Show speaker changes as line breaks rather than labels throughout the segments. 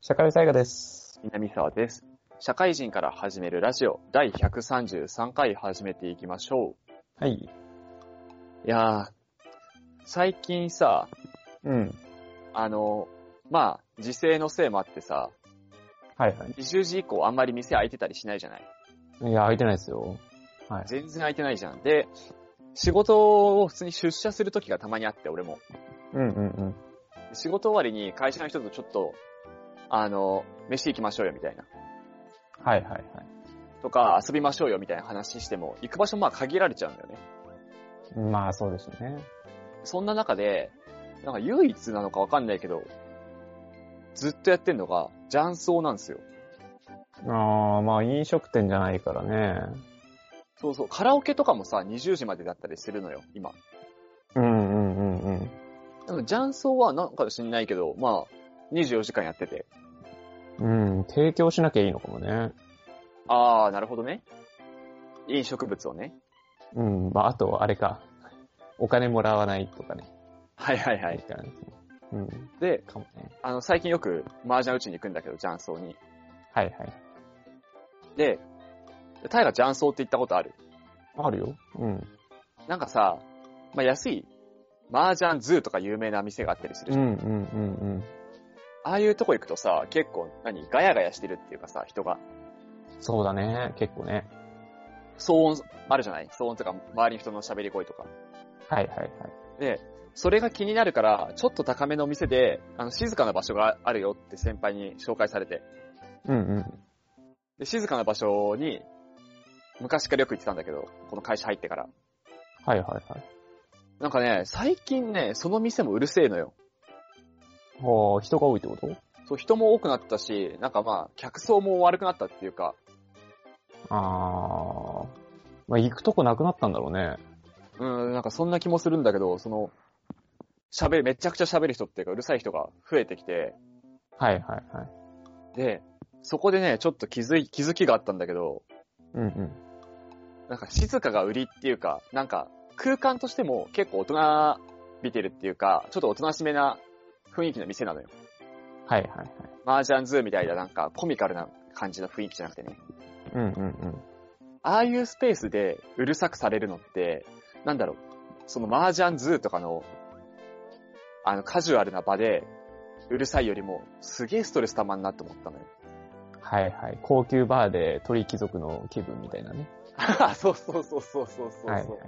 社会大河です。
南沢です。社会人から始めるラジオ第133回始めていきましょ
はい。
う。いやー、最近さ、
うん。
あの、まあ、時勢のせいもあってさ、
はいは
20時以降あんまり店開いてたりしないじゃない
い。いや、空いてないですよ。
全然開いてないじゃん。で、仕事を普通に出社する時がたまにあって、俺も。
うんうんうん。
仕事終わりに会社の人とちょっと、あの、飯行きましょうよみたいな。
はいはいはい。
とか、遊びましょうよみたいな話しても、行く場所まあ限られちゃうんだよね。
まあそうですね。
そんな中で、なんか唯一なのかわかんないけど、ずっとやってんのが、雀荘なんですよ。
ああ、まあ飲食店じゃないからね。
そうそう、カラオケとかもさ、20時までだったりするのよ、今。
うんうんうんうん。
なんか雀荘はなんか知んないけど、まあ、24時間やってて。
うん、提供しなきゃいいのかもね。
あー、なるほどね。飲食物をね。
うん、まああと、あれか。お金もらわないとかね。
はいはいはい。
からね。うん、
で、
かもね。
あの、最近よく、麻雀打ちに行くんだけど、雀荘に。
はいはい。
で、タイが雀荘って行ったことある
あるよ。うん。
なんかさ、まあ、安い、麻雀ズーとか有名な店があったりする
う
じゃん
んうんうん
ああいうとこ行くとさ、結構、何、ガヤガヤしてるっていうかさ、人が、
うん。そうだね、結構ね。
騒音、あるじゃない騒音とか、周りの人の喋り声とか。
はいはいはい。
で、それが気になるから、ちょっと高めのお店で、あの、静かな場所があるよって先輩に紹介されて、
うんうん。
で、静かな場所に、昔からよく行ってたんだけど、この会社入ってから。
はいはいはい。
なんかね、最近ね、その店もうるせえのよ。
ああ、人が多いってこと
そう、人も多くなったし、なんかまあ、客層も悪くなったっていうか、
あー。まあ、行くとこなくなったんだろうね。
うん、なんかそんな気もするんだけど、その、喋る、めちゃくちゃ喋る人っていうか、うるさい人が増えてきて、
はいはいはい。
で、そこでね、ちょっと気づい、気づきがあったんだけど、
うんうん。
なんか静かが売りっていうか、なんか空間としても結構大人びてるっていうか、ちょっとおとなしめな雰囲気の店なのよ。
はいはいはい。
麻雀ズーみたいななんかコミカルな感じの雰囲気じゃなくてね。
うんうん
ああいうスペースでうるさくされるのって、なんだろう、その麻雀ズーとかの、あの、カジュアルな場で、うるさいよりも、すげえストレスたまんなって思ったのよ。
うん。はいはい。高級バーで鳥貴族の気分みたいなね。
そうそうそうそうそうそうそう、
はいはい。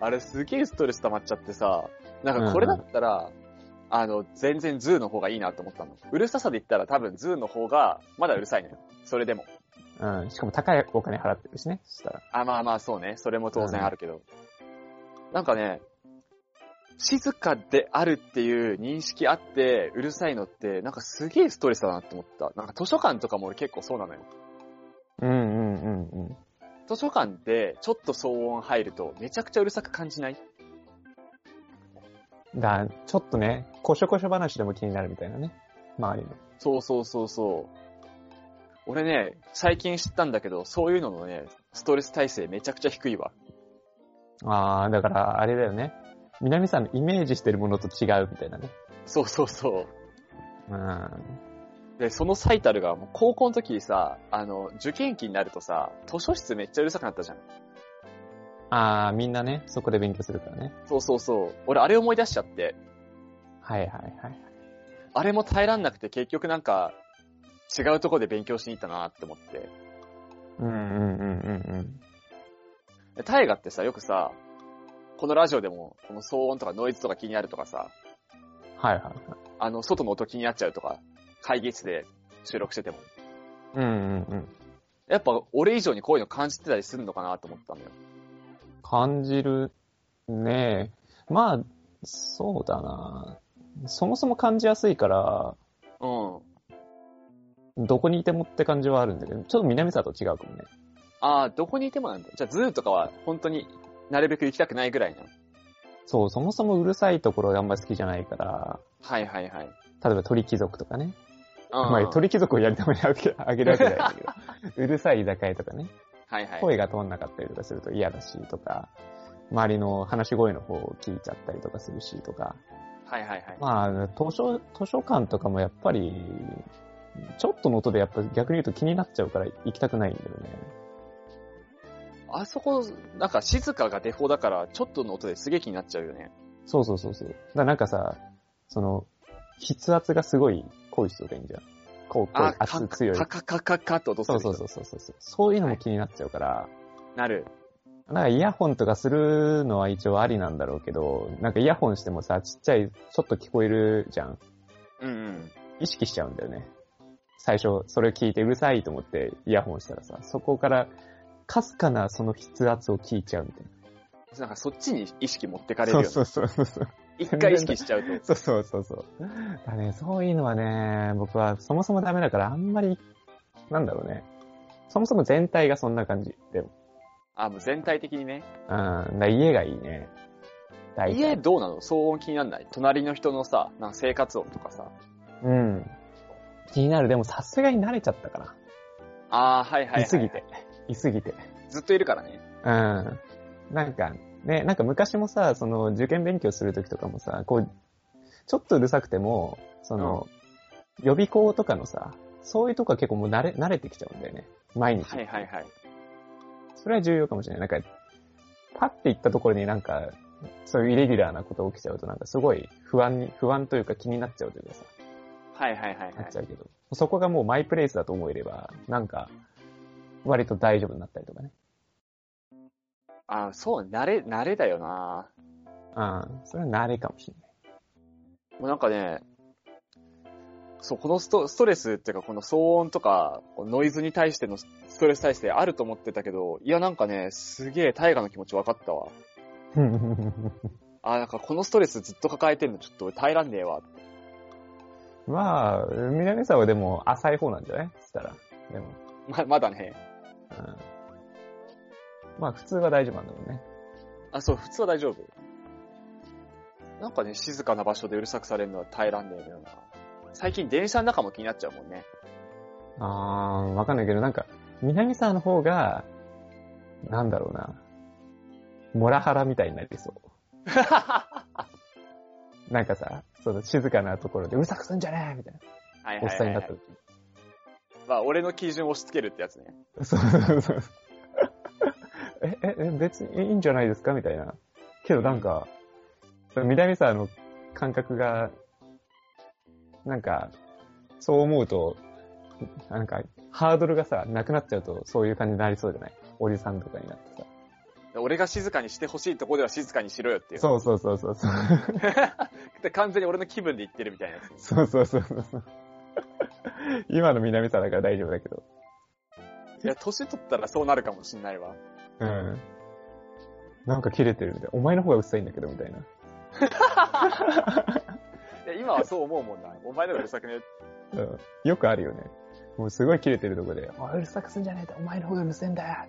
あれすげえストレス溜まっちゃってさ、なんかこれだったら、あの、全然ズーの方がいいなって思ったの。うるささで言ったら多分ズーの方が、まだうるさいのよ。それでも。
うん。しかも高いお金払ってるしね。そしたら。
あ、まあまあそうね。それも当然あるけど。なんかね、静かであるっていう認識あって、うるさいのって、なんかすげえストレスだなって思った。なんか図書館とかも俺結構そうなのよ。
うんうんうんうん。
図書館ってちょっと騒音入るとめちゃくちゃうるさく感じない
だ、ちょっとね、こしょこしょ話でも気になるみたいなね。周りの。
そうそうそうそう。俺ね、最近知ったんだけど、そういうののね、ストレス耐性めちゃくちゃ低いわ。
あー、だから、あれだよね。南さんのイメージしてるものと違うみたいなね。
そうそうそう。
うん。
で、その最たるが、もう高校の時さ、あの、受験期になるとさ、図書室めっちゃうるさくなったじゃん。
あー、みんなね、そこで勉強するからね。
そうそうそう。俺、あれ思い出しちゃって、
はいはいはい。
あれも耐えらんなくて結局なんか、違うとこで勉強しに行ったなって思って。
うんうんうんうんうん。
で大河ってさ、よくさ、このラジオでも、この騒音とかノイズとか気になるとかさ、
はいはいはい。
あの、外の音気になっちゃうとか、会議室で収録してても。
うんうんうん。
やっぱ俺以上にこういうの感じてたりするのかなと思ったのよ。
感じるねえ。まあ、そうだな。そもそも感じやすいから、
うん。
どこにいてもって感じはあるんだけど、ちょっと南沢と違うかもね。
ああ、どこにいてもなんだ。じゃあズーとかは本当になるべく行きたくないぐらいなの。
そう、そもそもうるさいところがあんまり好きじゃないから、
はいはいはい。うん
例えば鳥貴族とかね。まあ、鳥貴族をやるためにあげあげるわけじゃないんだけど、うるさい居酒屋とかね、
はいはい。
声が通んなかったりとかすると嫌だしとか、周りの話し声の方を聞いちゃったりとかするしとか、
はいはいはい。
まあ、図書、図書館とかもやっぱり、ちょっとの音でやっぱ逆に言うと気になっちゃうから行きたくないんだよね。
あそこ、なんか静かがデフォだから、ちょっとの音ですげえ気になっちゃうよね。
そうそうそうそう。だからなんかさ、その、筆圧がすごい濃い人がいいんじゃん。こう、濃い
あ、、
圧強い。
カカカカカって音す
そ
る
う
人。
そうそうそうそう。そういうのも気になっちゃうから、
なる。
なんかイヤホンとかするのは一応ありなんだろうけど、なんかイヤホンしてもさ、ちっちゃい、ちょっと聞こえるじゃん。
うんうん。
意識しちゃうんだよね。最初、それ聞いてうるさいと思ってイヤホンしたらさ、そこから、かすかなその筆圧を聞いちゃうみたい
なんかそっちに意識持ってかれるよ
な。
ね。
そうそうそうそう。
一回意識しちゃう
そ
と。
うそうそうそう。だね、そういうのはね、僕はそもそもダメだからあんまり、なんだろうね。そもそも全体がそんな感じ。でも、
あ、もう全体的にね。
うん、だ家がいいね。大体
家どうなの騒音気になんない隣の人のさ、なんか生活音とかさ。
うん。気になる。でもさすがに慣れちゃったか
あー、はいはい、は
な。
い。
いすぎて。いすぎて。
ずっといるからね。
うん。なんか、ね、なんか昔もさ、その、受験勉強するときとかもさ、こう、ちょっとうるさくても、その、予備校とかのさ、そういうとこは結構もう慣れ、慣れてきちゃうんだよね。毎日。
はいはいはい。
それは重要かもしれない。なんか、パッて行ったところになんか、そういうイレギュラーなこと起きちゃうと、なんかすごい不安に、不安というか気になっちゃうというかさ、
はいはいはい、は
なっ
い
ち。ゃうけど、そこがもうマイプレイスだと思えれば、なんか、割と大丈夫になったりとかね。
あー、そう、慣れ、慣れだよな。
うん。それは慣れかもしれない。
もうなんかね、そう、このストストレスっていうか、この騒音とか、こうノイズに対してのストレス体制あると思ってたけど、いやなんかね、すげえ大河の気持ち分かったわ。 あー、なんかこのストレスずっと抱えてんのちょっと俺耐えらんねえわ。
まあ、南沢はでも浅い方なんじゃないつったら。でも、
ま、まだね。
うん。まあ普通は大丈夫なんだもんね。
あ、そう、普通は大丈夫。なんかね、静かな場所でうるさくされるのは耐えらんねえよな。最近電車の中も気になっちゃうもんね。
あー、わかんないけど、なんか、南沢の方が、なんだろうな。モラハラみたいになりそう。
は
なんかさ、その静かなところでうるさくすんじゃねえみたいない
はい、はい。
おっさんになった時。
まあ、俺の基準を押し付けるってやつね。
そうそうそう。え、え、え別にいいんじゃないですかみたいな。けどなんか、その南沢の感覚が、なんか、そう思うと、なんか、ハードルがさ、なくなっちゃうと、そういう感じになりそうじゃないおじさんとかになってさ。
俺が静かにしてほしいとこでは静かにしろよっていう。
そうそうそうそうそう。
で完全に俺の気分で言ってるみたいなやつ。
そうそうそうそうそう。今の南沢だから大丈夫だけど。
いや、年取ったらそうなるかもしんないわ。
うん。なんか切れてるみたい。お前の方がうっさいんだけど、みたいな。
いや、今はそう思うもんな。お前の方がうるさくね。
うんよくあるよね。もうすごい切れてるとこで、おいうるさくすんじゃねえって、お前の方がうるせえんだよ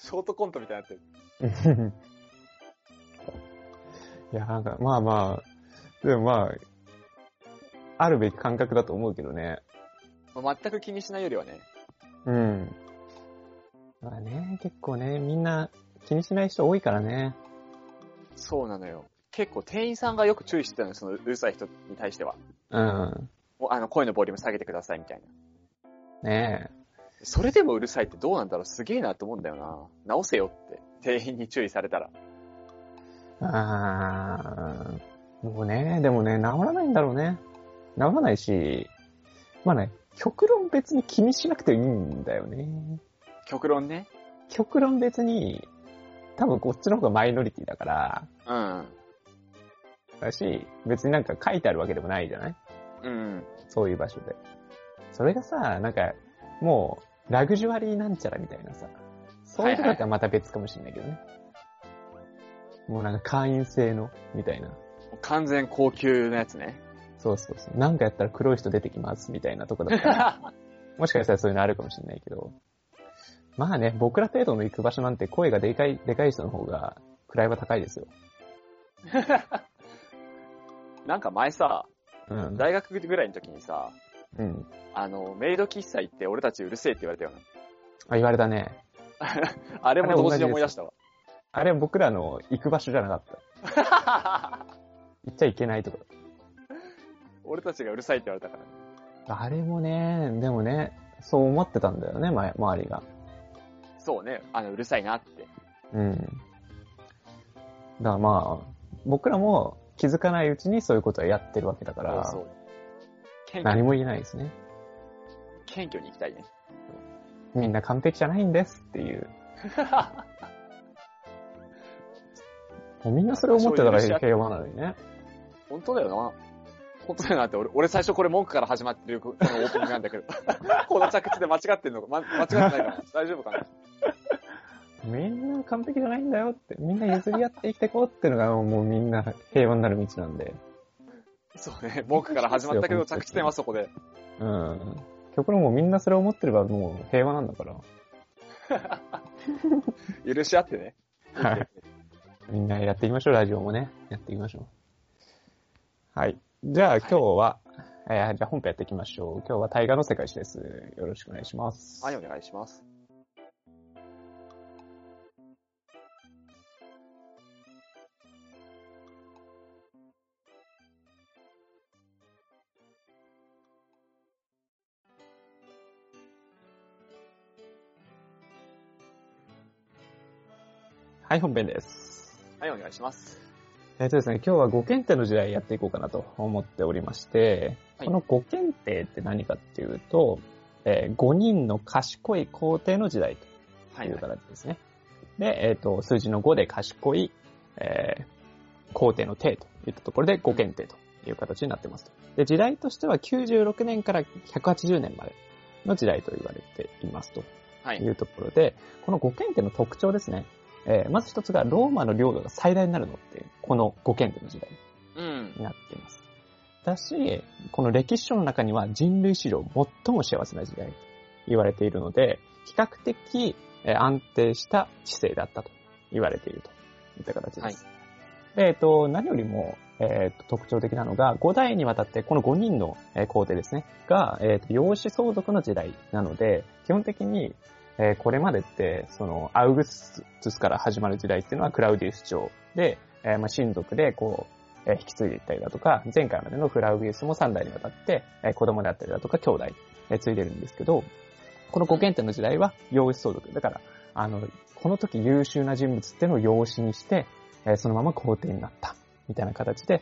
ショートコントみたいになって
っ
る。
て。 いや、なんか、まあまあ、でもまあ、あるべき感覚だと思うけどね。
まあ全く気にしないよりはね。
うん。まあね、結構ね、みんな気にしない人多いからね。
そうなのよ。結構店員さんがよく注意してたのよ、そのうるさい人に対しては。
うん。
もうあの、声のボリューム下げてくださいみたいな。
ね
それでもうるさいってどうなんだろうすげえなと思うんだよな。直せよって。店員に注意されたら。
え。あーもうね、でもね、治らないんだろうね。治らないし、まあね、極論別に気にしなくていいんだよね。
極論ね。
極論別に、多分こっちの方がマイノリティだから、
うん。
だし、別になんか書いてあるわけでもないじゃない
うん。
そういう場所で。それがさ、なんか、もう、ラグジュアリーなんちゃらみたいなさ、そういうとこだったらまた別かもしれないけどね。もうなんか会員制の、みたいな。
完全高級なやつね。
そうそうそう。なんかやったら黒い人出てきます、みたいなとこだ ったら、もしかしたらそういうのあるかもしれないけど。まあね、僕ら程度の行く場所なんて声がでかい、でかい人の方が、位は高いですよ。
なんか前さ、
うん。
大学ぐらいの時にさ、
うん。
あの、メイド喫茶行って俺たちうるせえって言われたよ
あ、言われたね。
な。あれも同時に思い出したわ。
あれは僕 らの行く場所じゃなかった。行っちゃいけないとこ
俺たちがうるさいって言われたから。
あれもね、でもね、そう思ってたんだよね、前周りが。
そうね、あの、うるさいなって。
うん。だからまあ、僕らも気づかないうちにそういうことはやってるわけだから、
そうそう謙虚
何も言えないですね。
謙虚に行きたいね。
みんな完璧じゃないんですって いう。もうみんなそれ思ってたら平和なのにね。
本当だよな。本当だよなって、俺、俺最初これ文句から始まってる、このオープニングな んだけど。この着地で間違ってんのか、ま、間違ってないかな。大丈夫かな。
みんな完璧じゃないんだよって、みんな譲り合って生きてこうっていうのがもうみんな平和になる道なんで。
そうね、文句から始まったけど、着地点はそこで。
うん。極論もうみんなそれを思ってればもう平和なんだから。
許し合ってね。
はい。みんなやっていきましょう、ラジオもね。やっていきましょう。はい。じゃあ今日は、えーじゃあ本編やっていきましょう。今日は大河の世界史です。よろしくお願いします。
はい、お願いします。
はい、本編です。
はい、お願いします。
えっとですね、今日は五検定の時代やっていこうかなと思っておりまして、
はい
この五検定って何かっていうと、え5人の賢い皇帝の時代と
はいい、
う
はい。
形ですね。で、えっ、と、数字の5で賢い、えー皇帝の帝といったところで五検定という形になってますと。で、時代としては96年から180年までの時代と言われていますと。
はいい。
うところで、この五検定の特徴ですね。えーまず一つが、ローマの領土が最大になるのって、この五検定の時代
うん。
になっています。だし、この歴史書の中には人類史上最も幸せな時代と言われているので、比較的えー安定した知性だったと言われているといった形です。で、えっと、何よりも、えっと特徴的なのが、5代にわたってこの5人のえー皇帝ですね、が、えっと養子相続の時代なので、基本的に、えーこれまでって、その、アウグストゥスから始まる時代っていうのはクラウディウス朝で、えーまあ、親族で、こう、えー引き継いでいったりだとか、前回までのフラウギウスも3代にわたって、えー子供であったりだとか、兄弟、えー継いでるんですけど、この五検定の時代は養子相続。だから、あの、この時優秀な人物っていうのを養子にして、えーそのまま皇帝になった。みたいな形で、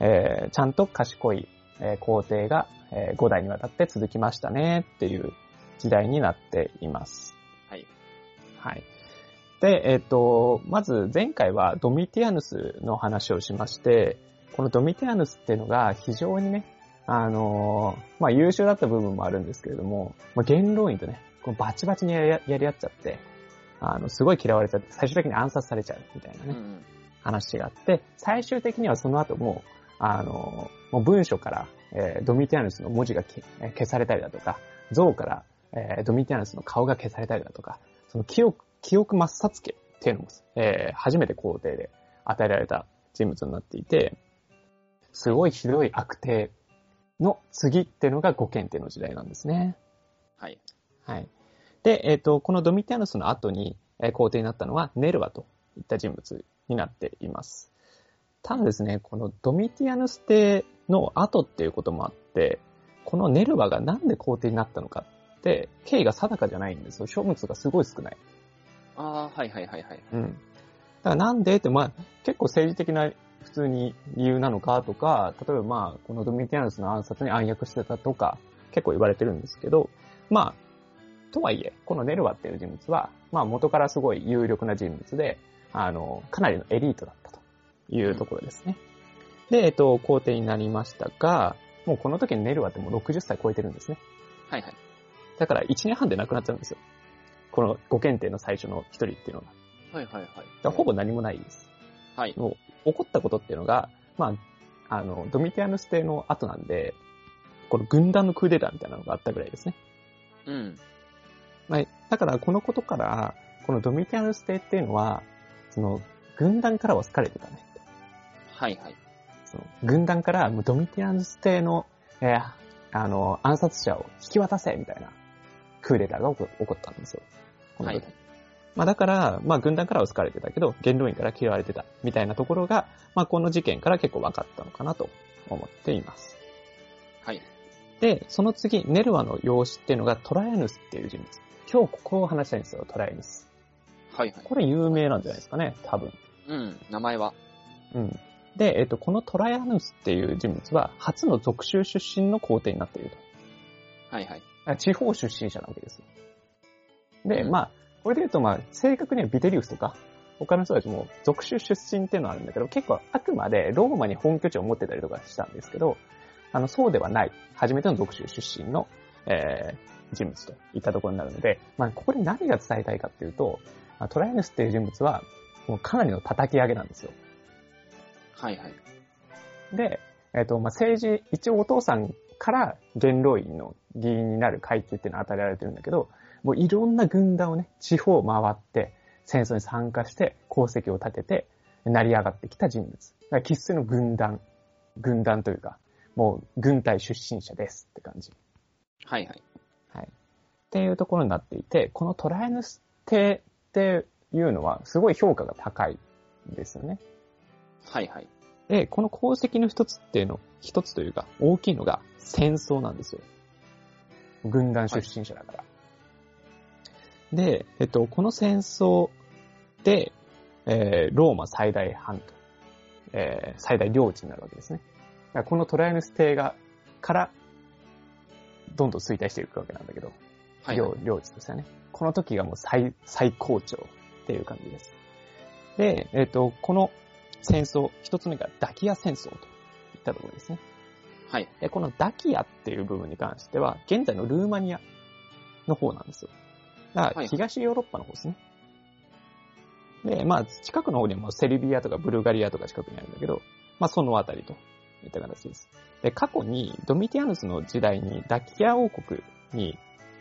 えーちゃんと賢い、えー皇帝が、え5代にわたって続きましたねっていう時代になっています。
はい。
はい。で、えっ、と、まず前回はドミティアヌスの話をしまして、このドミティアヌスっていうのが非常にね、あのーまあ、優秀だった部分もあるんですけれども、まあ、元老院とね、こうバチバチにやりやり合っちゃって、あの、すごい嫌われちゃって、最終的に暗殺されちゃうみたいなね、
うん。
話があって、最終的にはその後もう、あの、もう文書から、えードミティアヌスの文字が消えー消されたりだとか、像から、えードミティアヌスの顔が消されたりだとか、その記憶、記憶抹殺家っていうのも、えー初めて皇帝で与えられた人物になっていて、すごいひどい悪帝の次っていうのが五検定の時代なんですね。
はい。
はい。で、えっ、と、このドミティアヌスの後に、えー皇帝になったのはネルワといった人物になっています。ただですね、このドミティアヌス帝の後っていうこともあって、このネルワがなんで皇帝になったのかって、経緯が定かじゃないんですよ。書物がすごい少ない。
ああ、はいはいはいはい。
うん。だからなんでって、まあ、結構政治的な普通に理由なのかとか、例えばまあ、このドミティアヌスの暗殺に暗躍してたとか、結構言われてるんですけど、まあ、とはいえ、このネルワっていう人物は、まあ元からすごい有力な人物で、あの、かなりのエリートだったというところですね。で、えっと、皇帝になりましたが、もうこの時にネルワってもう60歳超えてるんですね。
はいはい。
だから1年半で亡くなっちゃうんですよ。この五検定の最初の一人っていうのが。だか
はいはいはい。
らほぼ何もないです。
はい。
起こったことっていうのが、まあ、あの、ドミティアヌス帝の後なんで、この軍団のクーデターみたいなのがあったぐらいですね。
うん。
まあ、だからこのことから、このドミティアヌス帝っていうのは、その、軍団からは好かれてたね。
はいはい。
その軍団からもうドミティアヌス帝の、えーあの、暗殺者を引き渡せみたいなクーデターが起こ起こったんですよ。この時
はい
まあだから、まあ軍団からは好かれてたけど、元老院から嫌われてたみたいなところが、まあこの事件から結構分かったのかなと思っています。
はい。
で、その次、ネルワの養子っていうのがトライアヌスっていう人物。今日ここを話したいんですよ、トライアヌス。
はいはい。
これ有名なんじゃないですかね、多分。
うん、名前は。
うん。で、えっと、このトライアヌスっていう人物は、初の属州出身の皇帝になっていると。
はいはい。
あ地方出身者なわけですよ。で、
うん
まあ、これで言うと、まあ、正確にはビデリウスとか、他の人たちも属州出身っていうのはあるんだけど、結構あくまでローマに本拠地を持ってたりとかしたんですけど、あの、そうではない、初めての属州出身の、えー、人物といったところになるので、まあ、ここで何が伝えたいかっていうと、まあトライアヌスっていう人物は、もうかなりの叩き上げなんですよ。
はいはい。
で、えっ、と、まあ、政治、一応お父さんから元老院の議員になる階級っていうのは与えられてるんだけど、もういろんな軍団をね、地方を回って、戦争に参加して、功績を立てて、成り上がってきた人物。だから、喫水の軍団、軍団というか、もう軍隊出身者ですって感じ。
はいはい。
はい。っていうところになっていて、このトライアヌス帝っていうのは、すごい評価が高いんですよね。
はいはい。
で、この功績の一つっていうの、一つというか、大きいのが戦争なんですよ。軍団出身者だから。で、えっと、この戦争で、えーローマ最大半と、えー最大領地になるわけですね。だからこのトライアヌス帝が、から、どんどん衰退していくわけなんだけど。
はいはい
領。領地としてはね。この時がもう最、最高潮っていう感じです。で、えっ、と、この戦争、一つ目がダキア戦争といったところですね。
はい。
で、このダキアっていう部分に関しては、現在のルーマニアの方なんですよ。だか
は
ら
い
東ヨーロッパの方ですね。で、まあ、近くの方にはもうセルビアとかブルガリアとか近くにあるんだけど、まあ、そのあたりといった形です。で、過去にドミティアヌスの時代にダキア王国に、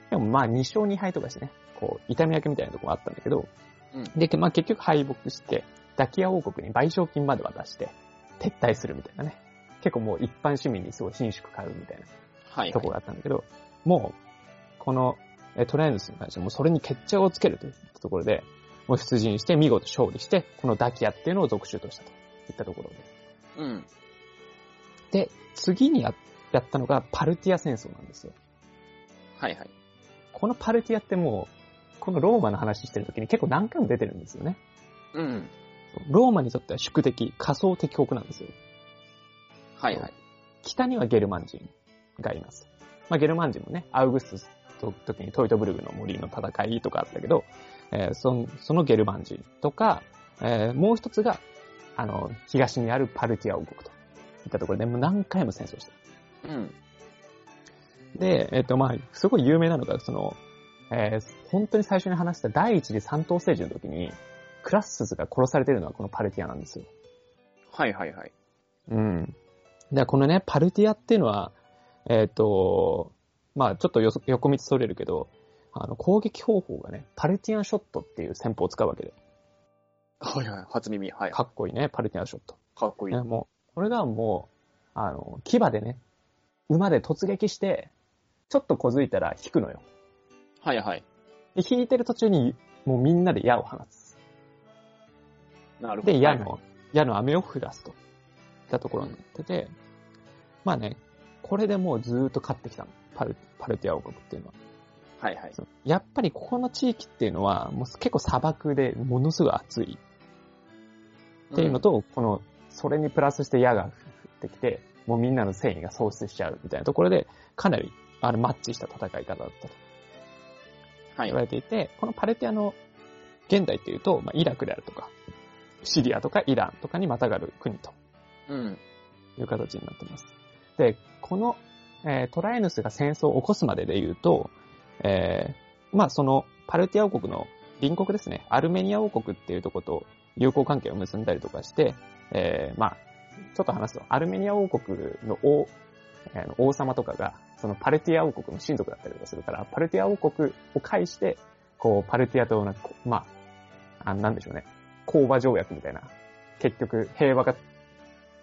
でもまあ、2勝2敗とかしてね、こう、痛み分けみたいなところがあったんだけど、
うん。
で、まあ、結局敗北して、ダキア王国に賠償金まで渡して、撤退するみたいなね。結構もう一般市民にすごい伸縮買うみたい
はい
なとこ
はい。
ろがあったんだけど、もう、このえトライアヌスに関してはもうそれに決着をつけるといったところで、もう出陣して見事勝利して、このダキアっていうのを属州としたといったところです。
うん。
で、次にややったのがパルティア戦争なんですよ。
はいはい。
このパルティアってもう、このローマの話してる時に結構何回も出てるんですよね。
うん。
ローマにとっては宿敵、仮想敵国なんですよ。
はいはい。
北にはゲルマン人がいます。まあ、ゲルマン人もね、アウグストの時にトイトブルグの森の戦いとかあったけど、えーそんそのゲルマン人とか、えーもう一つが、あの、東にあるパルティア王国といったところで、もう何回も戦争して
うん。
る。で、えっ、と、まあ、すごい有名なのが、その、えー本当に最初に話した第一次三島政治の時に、クラッスズが殺されてるのはこのパルティアなんですよ。
はいはいはい。
うん。で、このね、パルティアっていうのは、えっ、と、まあちょっとよそ横道それるけど、あの、攻撃方法がね、パルティアンショットっていう戦法を使うわけで、
はいはい。初耳。はい。
かっこいいね、パルティアンショット。
かっこいい。
ね、もう、これがもう、あの、牙でね、馬で突撃して、ちょっと小づいたら引くのよ。
はいはい。
で引いてる途中に、もうみんなで矢を放つ。
なるほど。
で、矢
はいはい
の、矢の飴を降らすと。いったところになってて、まあね、これでもうずーっと勝ってきたの。パル、パルティア王国っていうのは。
はいはい。
そうやっぱりここの地域っていうのは、もう結構砂漠でものすごい暑いっていうのと、この、それにプラスして矢が降ってきて、もうみんなの繊維が喪失しちゃうみたいなところで、かなり、あの、マッチした戦い方だったと
うん、はい
言わ。れていて、このパルティアの現代っていうと、まあ、イラクであるとか、シリアとかイランとかにまたがる国と
うん。
という形になってます。で、この、えートライアヌスが戦争を起こすまでで言うと、えーまあそのパルティア王国の隣国ですね、アルメニア王国っていうとこと友好関係を結んだりとかして、えーまあちょっと話すと、アルメニア王国の王、えー王様とかが、そのパルティア王国の親族だったりとかするから、パルティア王国を介して、こう、パルティアとなんかこうまあ、あなんでしょうね、交和条約みたいな、結局平和が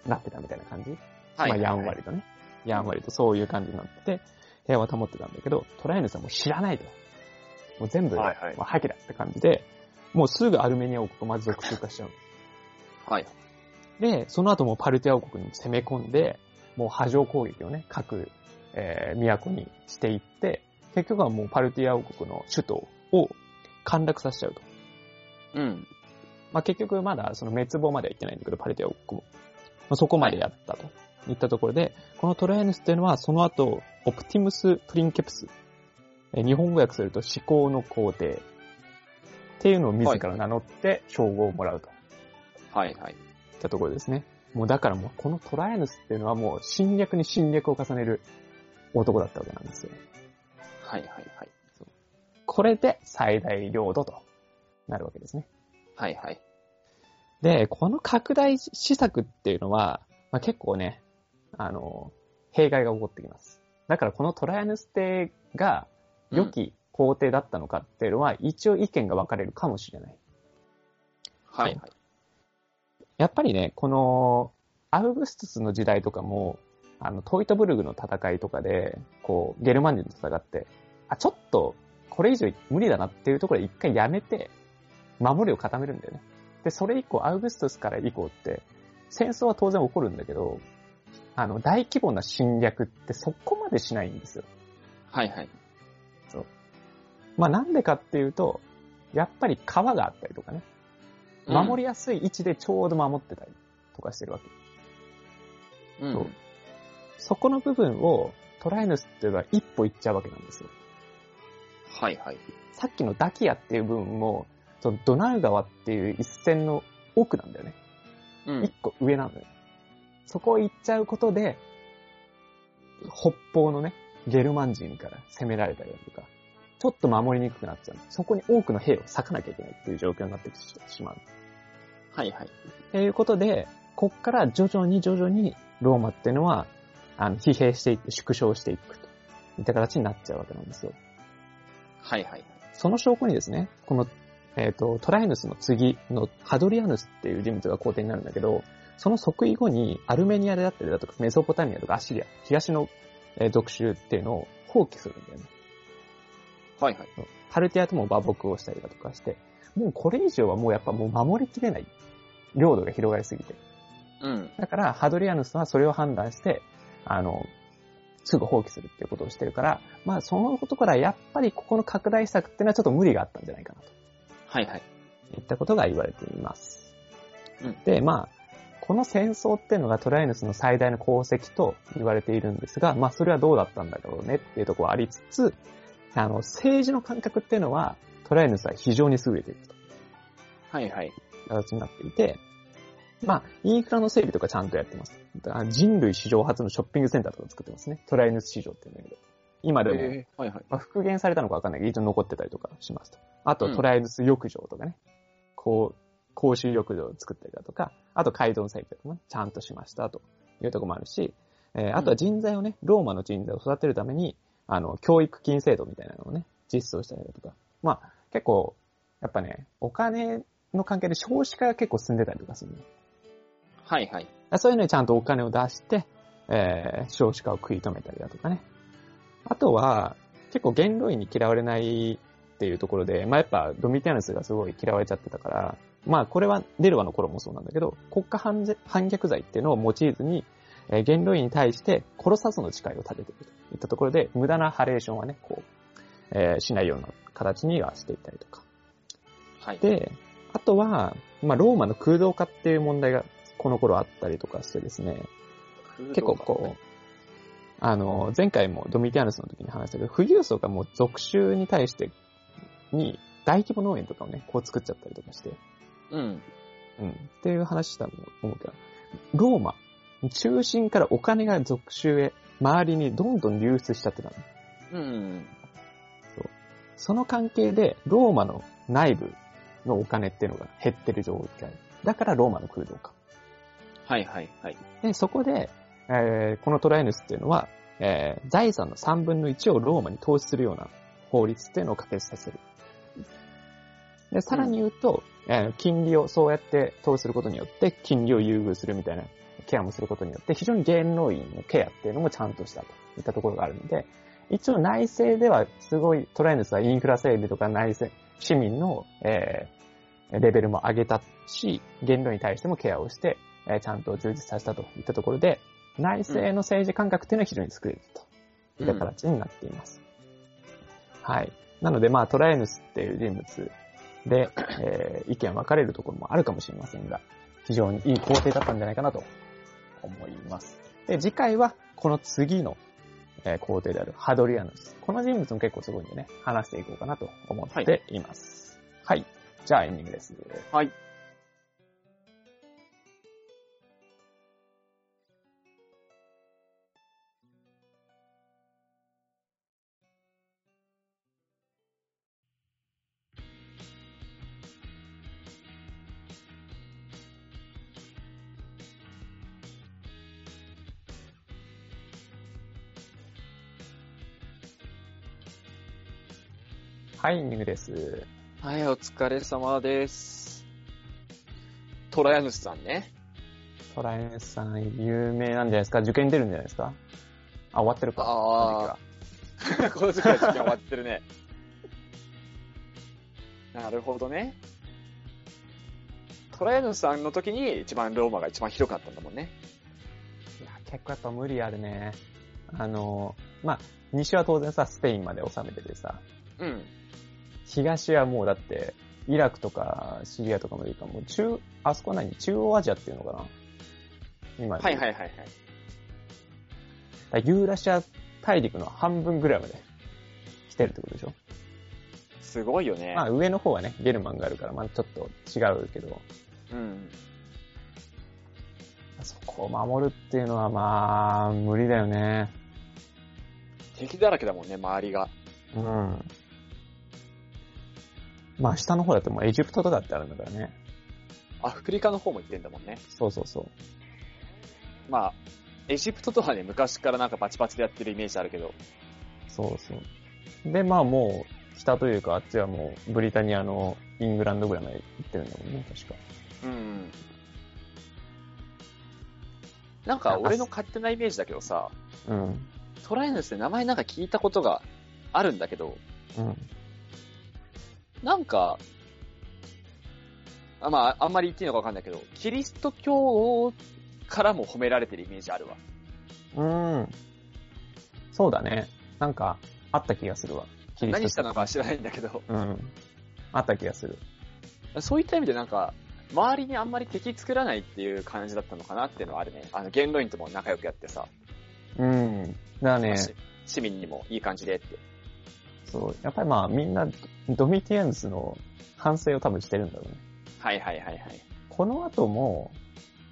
なってたみたいな感じ
はい。
まあ、やんわり。とね。やんわりとそういう感じになってて、平和を保ってたんだけど、トライアヌスはもう知らないと。もう全部、
はいはい
もう覇気だって感じで、もうすぐアルメニア王国をまず属州化しちゃう。
はい。
で、その後もうパルティア王国に攻め込んで、もう波状攻撃をね、各えー都にしていって、結局はもうパルティア王国の首都を陥落させちゃうと。
うん。
まあ、結局まだその滅亡までは行ってないんだけど、パルティア王国も。まあ、そこまでやったと。いったところで、このトライアヌスっていうのは、その後、オプティムス・プリンケプス。えー日本語訳すると思考の皇帝。っていうのを自ら名乗って称号をもらうと。
はいは
い
い。
ったところですね。もうだからもうこのトライアヌスっていうのはもう侵略に侵略を重ねる男だったわけなんですよ。
はいはいはい。
これで最大領土となるわけですね。
はいはい。
で、この拡大施策っていうのは、まあ、結構ね、あの、弊害が起こってきます。だからこのトライアヌス帝が良
うん。
き皇帝だったのかっていうのは、一応意見が分かれるかもしれない。
はいはい。
やっぱりね、この、アウグストゥスの時代とかも、あの、トイトブルグの戦いとかで、こう、ゲルマン人と戦って、あ、ちょっと、これ以上無理だなっていうところで一回やめて、守りを固めるんだよね。で、それ以降、アウグストゥスから以降って、戦争は当然起こるんだけど、あの、大規模な侵略ってそこまでしないんですよ。
はいはい。
まあなんでかっていうと、やっぱり川があったりとかね、守
り。
りやすい位置でちょうど守ってたりとかしてるわけ。
う。
そうんそこの部分をトライヌスっていうのは一歩行っちゃうわけなんですよ。
はいはい。
さっきのダキアっていう部分も、そのドナウ川っていう一線の奥なんだよね。
うん
一。個上なんだよ。そこを行っちゃうことで、北方のね、ゲルマン人から攻められたりだとか、ちょっと守りにくくなっちゃう。そこに多くの兵を割かなきゃいけないっていう状況になってしまう。
はいはい。
っていうことで、こっから徐々に徐々にローマっていうのは、あの、疲弊していって縮小していくといった形になっちゃうわけなんですよ。
はいはい。
その証拠にですね、この、えっ、と、トライヌスの次のハドリアヌスっていう人物が皇帝になるんだけど、その即位後にアルメニアであったりだとか、メソポタミアとかアッシリア、東の、えー属州っていうのを放棄するんだよね。
はいはい。
パルティアとも馬牧をしたりだとかして、もうこれ以上はもうやっぱもう守りきれない。領土が広がりすぎて。
うん。
だから、ハドリアヌスはそれを判断して、あの、すぐ放棄するっていうことをしてるから、まあ、そのことからやっぱりここの拡大策っていうのはちょっと無理があったんじゃないかな
はいはい。
といったことが言われています。
うん
で、まあ、この戦争っていうのがトライアヌスの最大の功績と言われているんですが、まあ、それはどうだったんだろうねっていうところはありつつ、あの、政治の感覚っていうのは、トライアヌスは非常に優れていると。
はいはい。
形になっていて、まあ、インフラの整備とかちゃんとやってます。だから人類史上初のショッピングセンターとか作ってますね。トライヌス市場っていうんだけど。今でも、
えーはいはい。
まあ、復元されたのかわかんないけど、一応残ってたりとかしますと。あと、
うん
トライヌス浴場とかね。こう、公衆浴場を作ったりだとか、あと、街道整備とかもねちゃんとしましたというところもあるし、えーあとは人材をね、ローマの人材を育てるために、あの、教育金制度みたいなのをね、実装したりだとか。まあ、結構、やっぱね、お金の関係で少子化が結構進んでたりとかするの。
はいはい。
そういうのにちゃんとお金を出して、えー少子化を食い止めたりだとかね。あとは、結構元老院に嫌われないっていうところで、まあ、やっぱドミティアヌスがすごい嫌われちゃってたから、まあこれはデルワの頃もそうなんだけど、国家反ぜ反逆罪っていうのを用いずに、えー元老院に対して殺さずの誓いを立てているといったところで、無駄なハレーションはね、こう、えーしないような形にはしていたりとか。
はい。
で、あとは、まあ、ローマの空洞化っていう問題がこの頃あったりとかしてですね、結構こう、あの、前回もドミティアヌスの時に話したけど、富裕層がもう属州に対して、に大規模農園とかをね、こう作っちゃったりとかして、
う。うん。
うん、っていう話したと思うけど、ローマ、中心からお金が属州へ、周りにどんどん流出しちゃってたの。
うん。
その関係で、ローマの内部のお金っていうのが減ってる状態。だからローマの空洞化。
はいはいはい。
で、そこで、えーこのトライヌスっていうのは、えー財産の3分の1をローマに投資するような法律っていうのを可決させる。で、さらに言うと、えー金利をそうやって投資することによって、金利を優遇するみたいなケアもすることによって、非常に元老院のケアっていうのもちゃんとしたといったところがあるので、一応内政ではすごい、トライヌスはインフラ整備とか内政、市民の、えーレベルも上げたし、言論に対してもケアをして、えーちゃんと充実させたといったところで、内政の政治感覚っていうのは非常に優れているといた形になっています。はい。なので、まあ、トライアヌスっていう人物で、えー意見分かれるところもあるかもしれませんが、非常にいい構成だったんじゃないかなと思います。で、次回は、この次の、えー皇帝であるハドリアヌス。この人物も結構すごいんでね、話していこうかなと思っています。はい、じゃあ、エンディングです。
はい。
はい、エンディングです。
はい、お疲れ様です。トラヤヌスさんね。
トライアヌスさん、有名なんじゃないですか受験出るんじゃないですかあ、終わってるか。
あ あ、この時期は時間終わってるね。なるほどね。トラヤヌスさんの時に一番ローマが一番広かったんだもんね。
いや、結構やっぱ無理あるね。あの、まあ、西は当然さ、スペインまで収めててさ、
うん。
東はもうだって、イラクとかシリアとかまでいいから、もう中、あそこは何中央アジアっていうのかな今。
はいはいいはいはい。
だからユーラシア大陸の半分ぐらいまで来てるってことでしょ
すごいよね。
まあ上の方はね、ゲルマンがあるから、まあちょっと違うけど、
うん。
そこを守るっていうのはまあ、無理だよね。
敵だらけだもんね、周りが。
うん。まあ下の方だってもうエジプトとかだってあるんだからね。
アフリカの方も行ってんだもんね。
そうそうそう。
まあ、エジプトとはね、昔からなんかバチバチでやってるイメージあるけど。
そうそう。で、まあもう、北というか、あっちはもう、ブリタニアのイングランドぐらいまで行ってるんだもんね、確か。
うん。なんか、俺の勝手なイメージだけどさ、
うん。
トライヌスって名前なんか聞いたことがあるんだけど、
うん。
なんか、あまあ、あんまり言っていいのかわかんないけど、キリスト教からも褒められてるイメージあるわ。
うん。そうだね。なんか、あった気がするわ。キリスト
何したのかは知らないんだけど、
うん。あった気がする。
そういった意味でなんか、周りにあんまり敵作らないっていう感じだったのかなっていうのはあるね。あの、元老院とも仲良くやってさ、
うん。だからね、
し市民にもいい感じでって。
そう。やっぱりまあ、みんな、ドミティアヌスの反省を多分してるんだろうね。
はいはいはいはい。
この後も、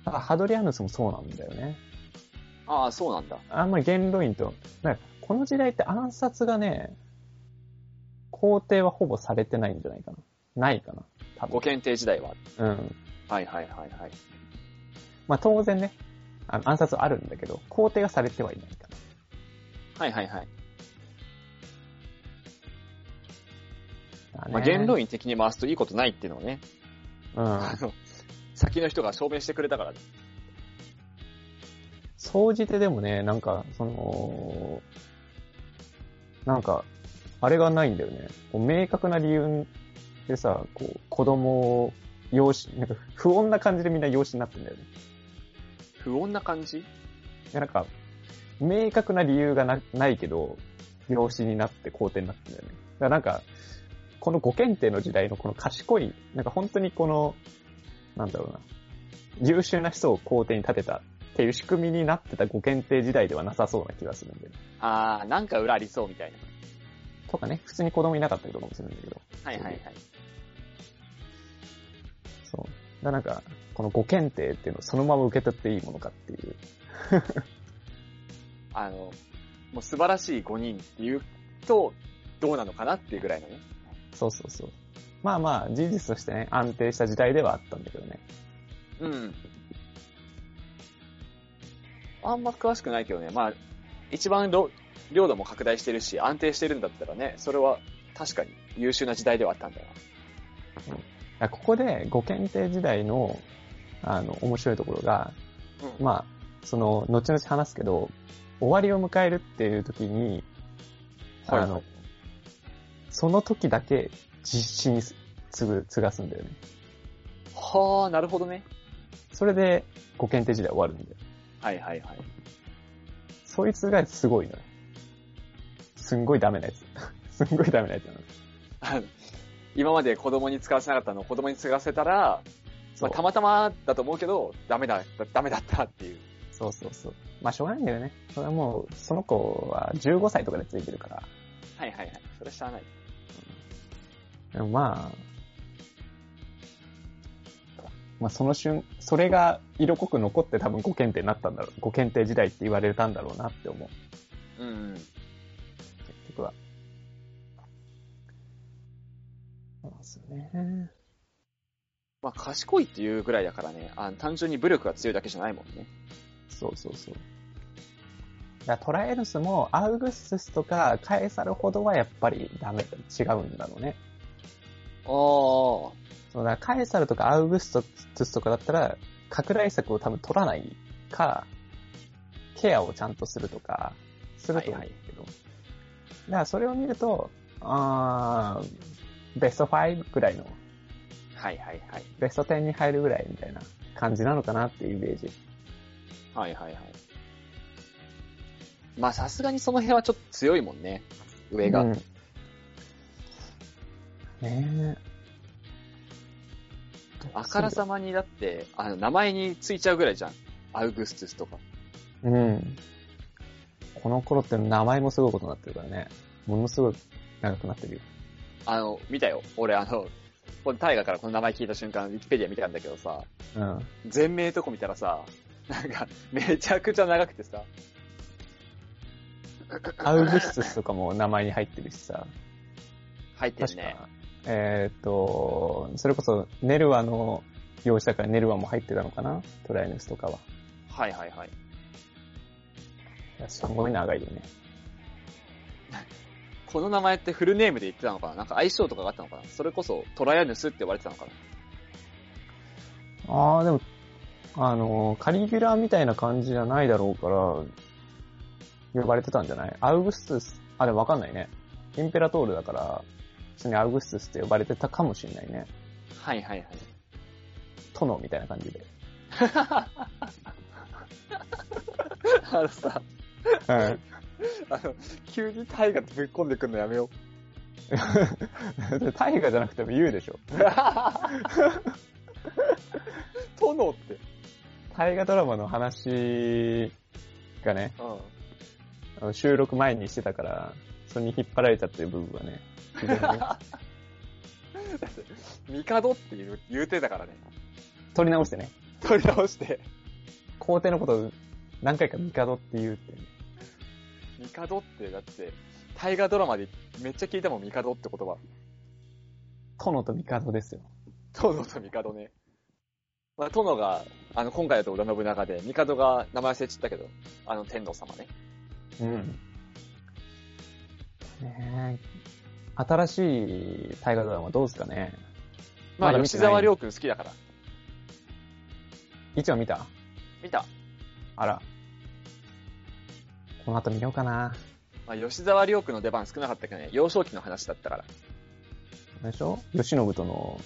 なんかハドリアヌスもそうなんだよね。
ああ、そうなんだ。
あんまり元老院と、なんかこの時代って暗殺がね、皇帝はほぼされてないんじゃないかな。ないかな。多
ご
分。
検定時代は。
うん。
はいはいはいはい。
まあ当然ね、あの暗殺はあるんだけど、皇帝がされてはいないかな。
はいはいはい。
だね
まあ、元老院的に回すといいことないっていうのをね、
うん。
あの、先の人が証明してくれたからね。
総じてでもね、なんか、その、なんか、あれがないんだよね。こう明確な理由でさ、こう、子供を、養子、なんか不穏な感じでみんな養子になってんだよね。
不穏な感じ
いや、なんか、明確な理由がなないけど、養子になって皇帝になってんだよね。だからなんか、この五検定の時代のこの賢い、なんか本当にこの、なんだろうな、優秀な人を皇帝に立てたっていう仕組みになってた五検定時代ではなさそうな気がするんで、ね。
あー、なんか裏ありそうみたいな。
とかね、普通に子供いなかったりとかもするんだけど。
はいはいはい。
そう。だからなんか、この五検定っていうのをそのまま受け取っていいものかっていう。
あの、もう素晴らしい5人っていうと、どうなのかなっていうぐらいのね。
そうそうそう。まあまあ、事実としてね、安定した時代ではあったんだけどね。
うん。あんま詳しくないけどね、まあ、一番ろ領土も拡大してるし、安定してるんだったらね、それは確かに優秀な時代ではあったんだよ
だからここで、五検定時代の、あの、面白いところが、
な。うん。
まあ、その、後々話すけど、終わりを迎えるっていう時に、
はいはい
あの、その時だけ実施にす継ぐ、継がすんだよね。
はあ、なるほどね。
それで、五検定時代終わるんだよ。
はいはいはい。
そいつがすごいのよ。すんごいダメなやつ。 すんごいダメなやつなの。
あの 今まで子供に使わせなかったのを子供に使わせたら、
そ
まあ、
う
たまたまだと思うけど、ダメだ、ダメだったっていう。
そうそうそう。まあ、しょうがないんだよね。それはもう、その子は15歳とかでついてるから。
はいはいはい。それはしゃあない。
でもまあ、まあその瞬、それが色濃く残って多分ご検定になったんだろう。ご検定時代って言われたんだろうなって思う。
うんうん。
結局は。そうですね。
まあ、賢いっていうぐらいだからね、あの単純に武力が強いだけじゃないもんね。
そうそうそう。だからトラエルスもアウグストゥスとかカエサルほどはやっぱりダメ、違うんだろうね。
ああ。
そうだからカエサルとかアウグストゥスとかだったら、拡大策を多分取らないか、ケアをちゃんとするとか、すると思うんですけど。だからそれを見ると、あーベスト5ぐらいの、
はいはいはい。
ベスト10に入るぐらいみたいな感じなのかなっていうイメージ。
はいはいはい。まあ、さすがにその辺はちょっと強いもんね。上が。
うんねえ。
あからさまにだって、あの、名前についちゃうぐらいじゃん。アウグストゥスとか。
うん。この頃って名前もすごいことになってるからね。ものすごい長くなってるよ。
あの、見たよ。俺、あの、この大河からこの名前聞いた瞬間、ウィキペディア見たんだけどさ、
うん。
全名とこ見たらさ、なんか、めちゃくちゃ長くてさ、
アウグストゥスとかも名前に入ってるしさ。
入ってる
確
ね。
か。えーっと、それこそネルワの用紙だからネルワも入ってたのかなトライネスとかは。
はいはいはい。
いやすごい長いよね。
この名前ってフルネームで言ってたのかななんか相性とかがあったのかなそれこそ、トライアヌスって呼ばれてたのかな
ああ、でも、あの、カリギュラーみたいな感じじゃないだろうから、呼ばれてたんじゃないアウグストゥス、あ、でもわかんないね。インペラトールだから、普通にアウグストゥスって呼ばれてたかもしれないね。
はいはいはい。
殿みたいな感じ で。
あ のさ、あの、急に大河ぶっ込んでくんのやめよう。
うん。大河じゃなくても言うでしょ。
殿って。
大河ドラマの話がね、
うん。
あの収録前にしてたから、それに引っ張られちゃってる部分 はね、非常にね
帝っていう言うてたからね。
取り直してね、
取り直して、
皇帝のこと何回か帝って言うって、
帝ってだって、大河ドラマでめっちゃ聞いたもん、帝って言葉。
殿と帝ですよ。
殿と帝ね。まあ、殿が、あの、今回だと織田信長で、帝が名前忘れちゃったけど、あの、天皇様ね。
うん。ねえ。新しい大河ドラマどうですかね
まあ、
まだ見て
吉
ない
沢亮君好きだから。
一応見た
見た。
あら。この後見ようかな。
まあ、吉沢亮君の出番少なかったけどね、幼少期の話だったか
あ
ら。
れでしょ慶喜との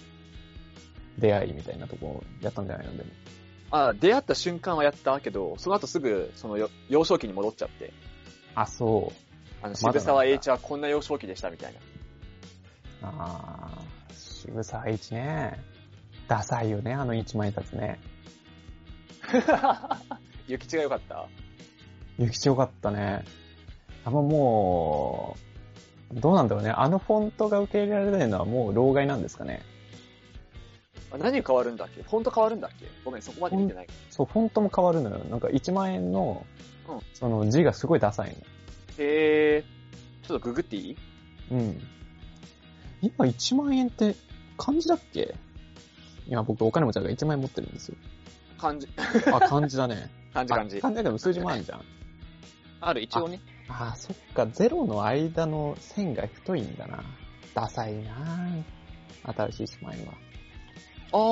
出会いみたいなとこやったんじゃないのでも。
あ出会った瞬間はやったけど、その後すぐ、そのよ、幼少期に戻っちゃって、
あ、そう。
あ
まだなん
の、
だ
渋沢栄一はこんな幼少期でしたみたいな。
あー、渋沢栄一ね。ダサいよね、あの一枚札ね。
諭吉が良かった
ゆきちよかったね。あんまもう、どうなんだろうね。あのフォントが受け入れられないのはもう老害なんですかね。
あ何変わるんだっけフォント変わるんだっけごめん、そこまで見てない。
そう、フォントも変わるのよ。なんか1万円の
うん、
その字がすごいダサい
へえー、ちょっとググっていい
の。うん。今1万円って漢字だっけ今僕お金持ちだから1万円持ってるん ですよ。
漢字、
あ、漢字だね。
漢字
あ
漢字。
漢字でも数字もあるじゃん。
ある、一応ね。
あー、そっか、ゼロの間の線が太いんだな。ダサいな新しい1万円は。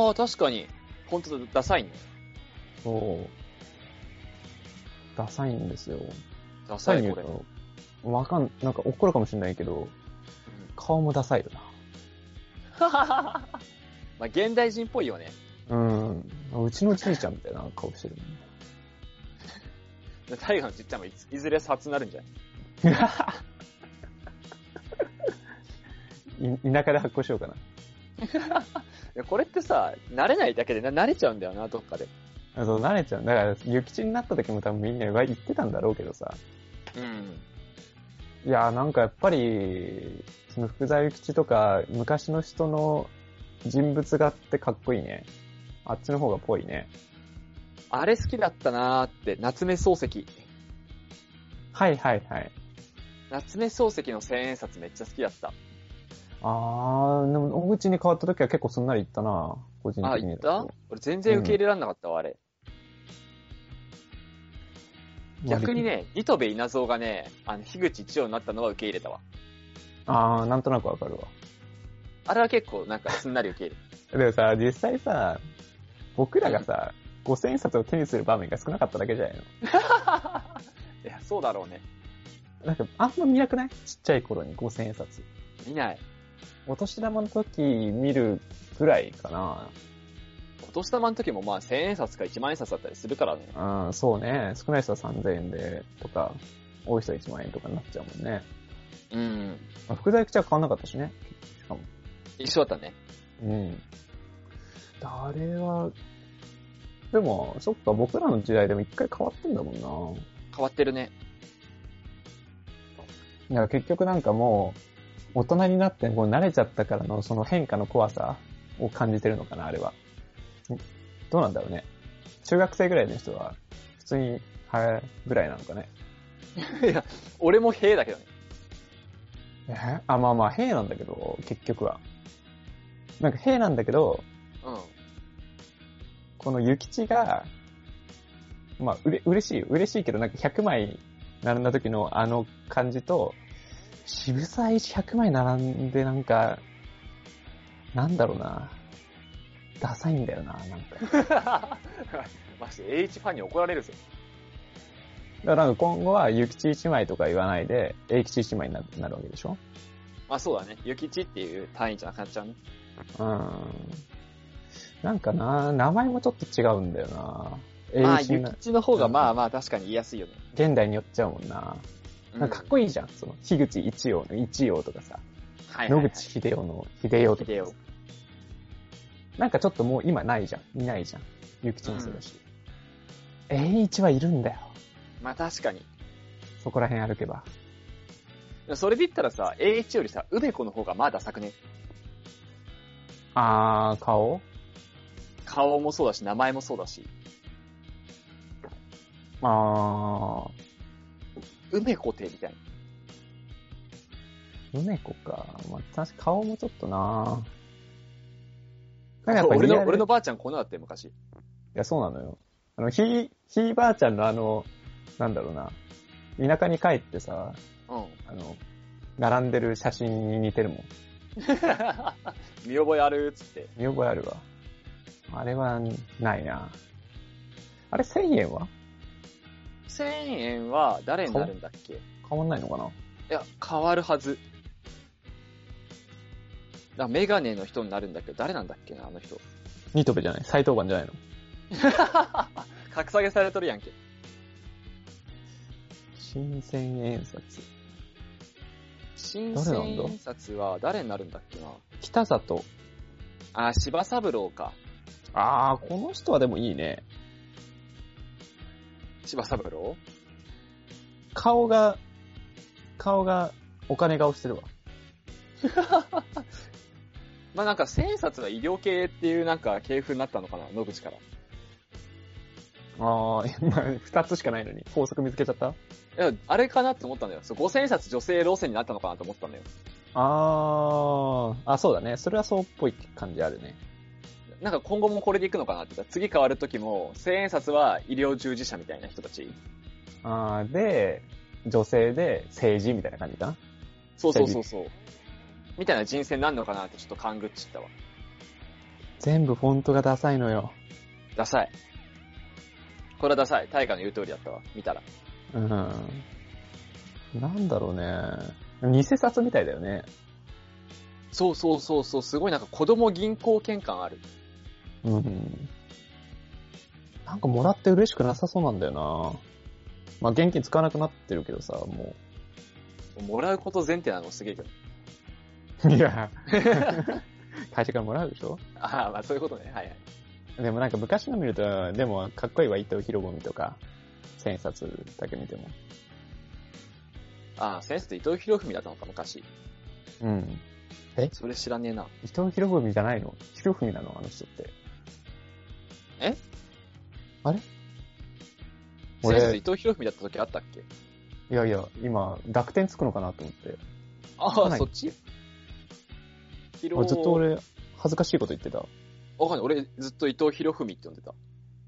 ああ、確かに。フォントだダサいね。
そう。ダサいんですよ。
ダサ
さら
い
に
ね、
言
これ。
うと、わかん、なんか怒るかもしれないけど、顔もダサいよ
まあ、現代人っぽいよね。
な。うん。うちのじいちゃんみたいな顔してる。
大河のちっちゃんもいついずれ札になるんじゃない
い田舎で発行しようかな。
いやこれってさ、慣れないだけでな、慣れちゃうんだよな、どっかで。
あそう、慣れちゃう。だから、諭吉になった時も多分みんな言ってたんだろうけどさ。
うん。
いやーなんかやっぱり、その福沢諭吉とか、昔の人の人物画ってかっこいいね。あっちの方がぽいね。
あれ好きだったなーって、夏目漱石。
はいはいはい。
夏目漱石の千円札めっちゃ好きだった。
あー、でも、お家に変わった時は結構すんなりいったな、個人
あ、
的に
行
だ
っ
と。
た俺全然受け入れらんなかったわ、あれ。
まあ
逆に。ね、リトベ稲造がね、あの、樋口一葉になったのは受け入れたわ。
あー、なんとなくわかるわ。
あれは結構なんかすんなり受け入れた。
でもさ、実際さ、僕らがさ、5000円札を手にする場面が少なかっただけじゃないの
いや、そうだろうね。
なんか、あんま見なくないちっちゃい頃に5000円札。
見ない。
お年玉の時見るぐらいか
お年玉の時もまあ千円札か一万円札だったりするからね。
な。うん、そうね。少ない人は3000円で、とか、多い人は1万円とかになっちゃうもんね。
うん。
まあ、副材口は変わんなかったしね。しかも。
一緒だったね。
うん。あれは、でも、そっか、僕らの時代でも一回変わってんだもんな。
変わって るね。
だから結局なんかもう、大人になってもう慣れちゃったからのその変化の怖さを感じてるのかな、あれは。んどうなんだろうね。中学生ぐらいの人は、普通に、はぐらいなのかね。
いや、俺も兵だけどね。
えあ、まあまあ、兵なんだけど、結局は。なんか兵なんだけど、
うん。
この諭吉が、まあ、うれ、嬉しいよ。嬉しいけど、なんか100枚並んだ時のあの感じと、渋沢栄一100枚並んでなんか、なんだろうな。ダサいんだよな、なんか。だか
まして、栄一ファンに怒られるぜ。
らなんか今後は諭吉1枚とか言わないで、栄吉1枚にななるわけでしょ
まあそうだね。諭吉っていう単位じゃなくなっちゃうね。
うん。なんかな、名前もちょっと違うんだよな。
まあ、
栄一
諭
な、
吉の方がまあまあ確かに言いやすいよね。
現代によっちゃうもんな。なんかかっこいいじゃん。その、樋口一葉の一葉とかさ。
うんはいは
野
いはい
口秀夫の秀夫とか
秀夫
なんかちょっともう今ないじゃん。いないじゃん。ゆきちもそうだし。栄一はいるんだよ。
まあ確かに。
そこら辺歩けば。
それで言ったらさ、栄一よりさ、梅子の方がまあダサくね。
あー、顔
顔もそうだし、名前もそうだし。
あ
梅子ってみたいな。
ー、梅子か。まあ、確か顔もちょっとななんかやっぱ
俺
リ
の、
アル
俺の
い
ばあちゃんこんなだったよ、昔。
や、そうなのよ。あの、ひ、ひいばあちゃんのあの、なんだろうな。田舎に帰ってさ、
うん。
あの、並んでる写真に似てるもん。
見覚えあるっつって。
見覚えあるわ。あれは、ないなあれ、1000円は
1000円は誰になるんだっけい
変わんないのかな
や、変わるはず。だメガネの人になるんだけど、誰なんだっけな、あの人。
ニトベじゃない斎藤版じゃないの
格下げされとるやんけ。
新千円札。
新
誰なん
千
だ
円札は誰になるんだっけな。
北里。
あ、柴三郎か。
あー、この人はでもいいね。
柴三郎
顔が、顔が、お金顔してるわ。
まあなんか千円札は医療系っていうなんか系譜になったのかな、野口から。い
あー、 まあ、二つしかないのに。法則見つけちゃった
や、あれかなって思ったんだよ。そう五千円札女性路線になったのかなと思ったんだよ。
あー、あ、そうだね。それはそうっぽい感じあるね。
なんか今後もこれでいくのかなって。次変わる時も、千円札は医療従事者みたいな人たち。
あー、で、女性で政治みたいな感じかな。
そうそうそうそう。みたいな人生になるのかなってちょっと勘ぐっちゃったわ。
全部フォントがダサいのよ。
ダサい。これはダサい。大河の言う通りだったわ。見たら。
うん。なんだろうね。偽札みたいだよね。
そうそうそうそう。すごいなんか子供銀行券感ある。
うん。なんかもらって嬉しくなさそうなんだよな。まあ、現金使わなくなってるけどさ、も
もらうこと前提なのすげえけど。
いや、 会社からもらうでしょ
ああ、まあそういうことね。はいはい。
でもなんか昔の見ると、でもかっこいいわ、伊藤博文とか、千冊だけ見ても。
ああ、センスって伊藤博文だったのか、昔。
うん。
それ知らねえな。
伊藤博文じゃないの博文なのあの人って。
え
あれ
センス
俺、
伊
い
藤博文だった時あったっけ
やいや、今、濁点つくのかなと思って。
あ
な
あ、
い
そっちひろ
俺ずっと俺、恥ずかしいこと言ってた。
わかんない。俺ずっと伊藤博文って呼んでた。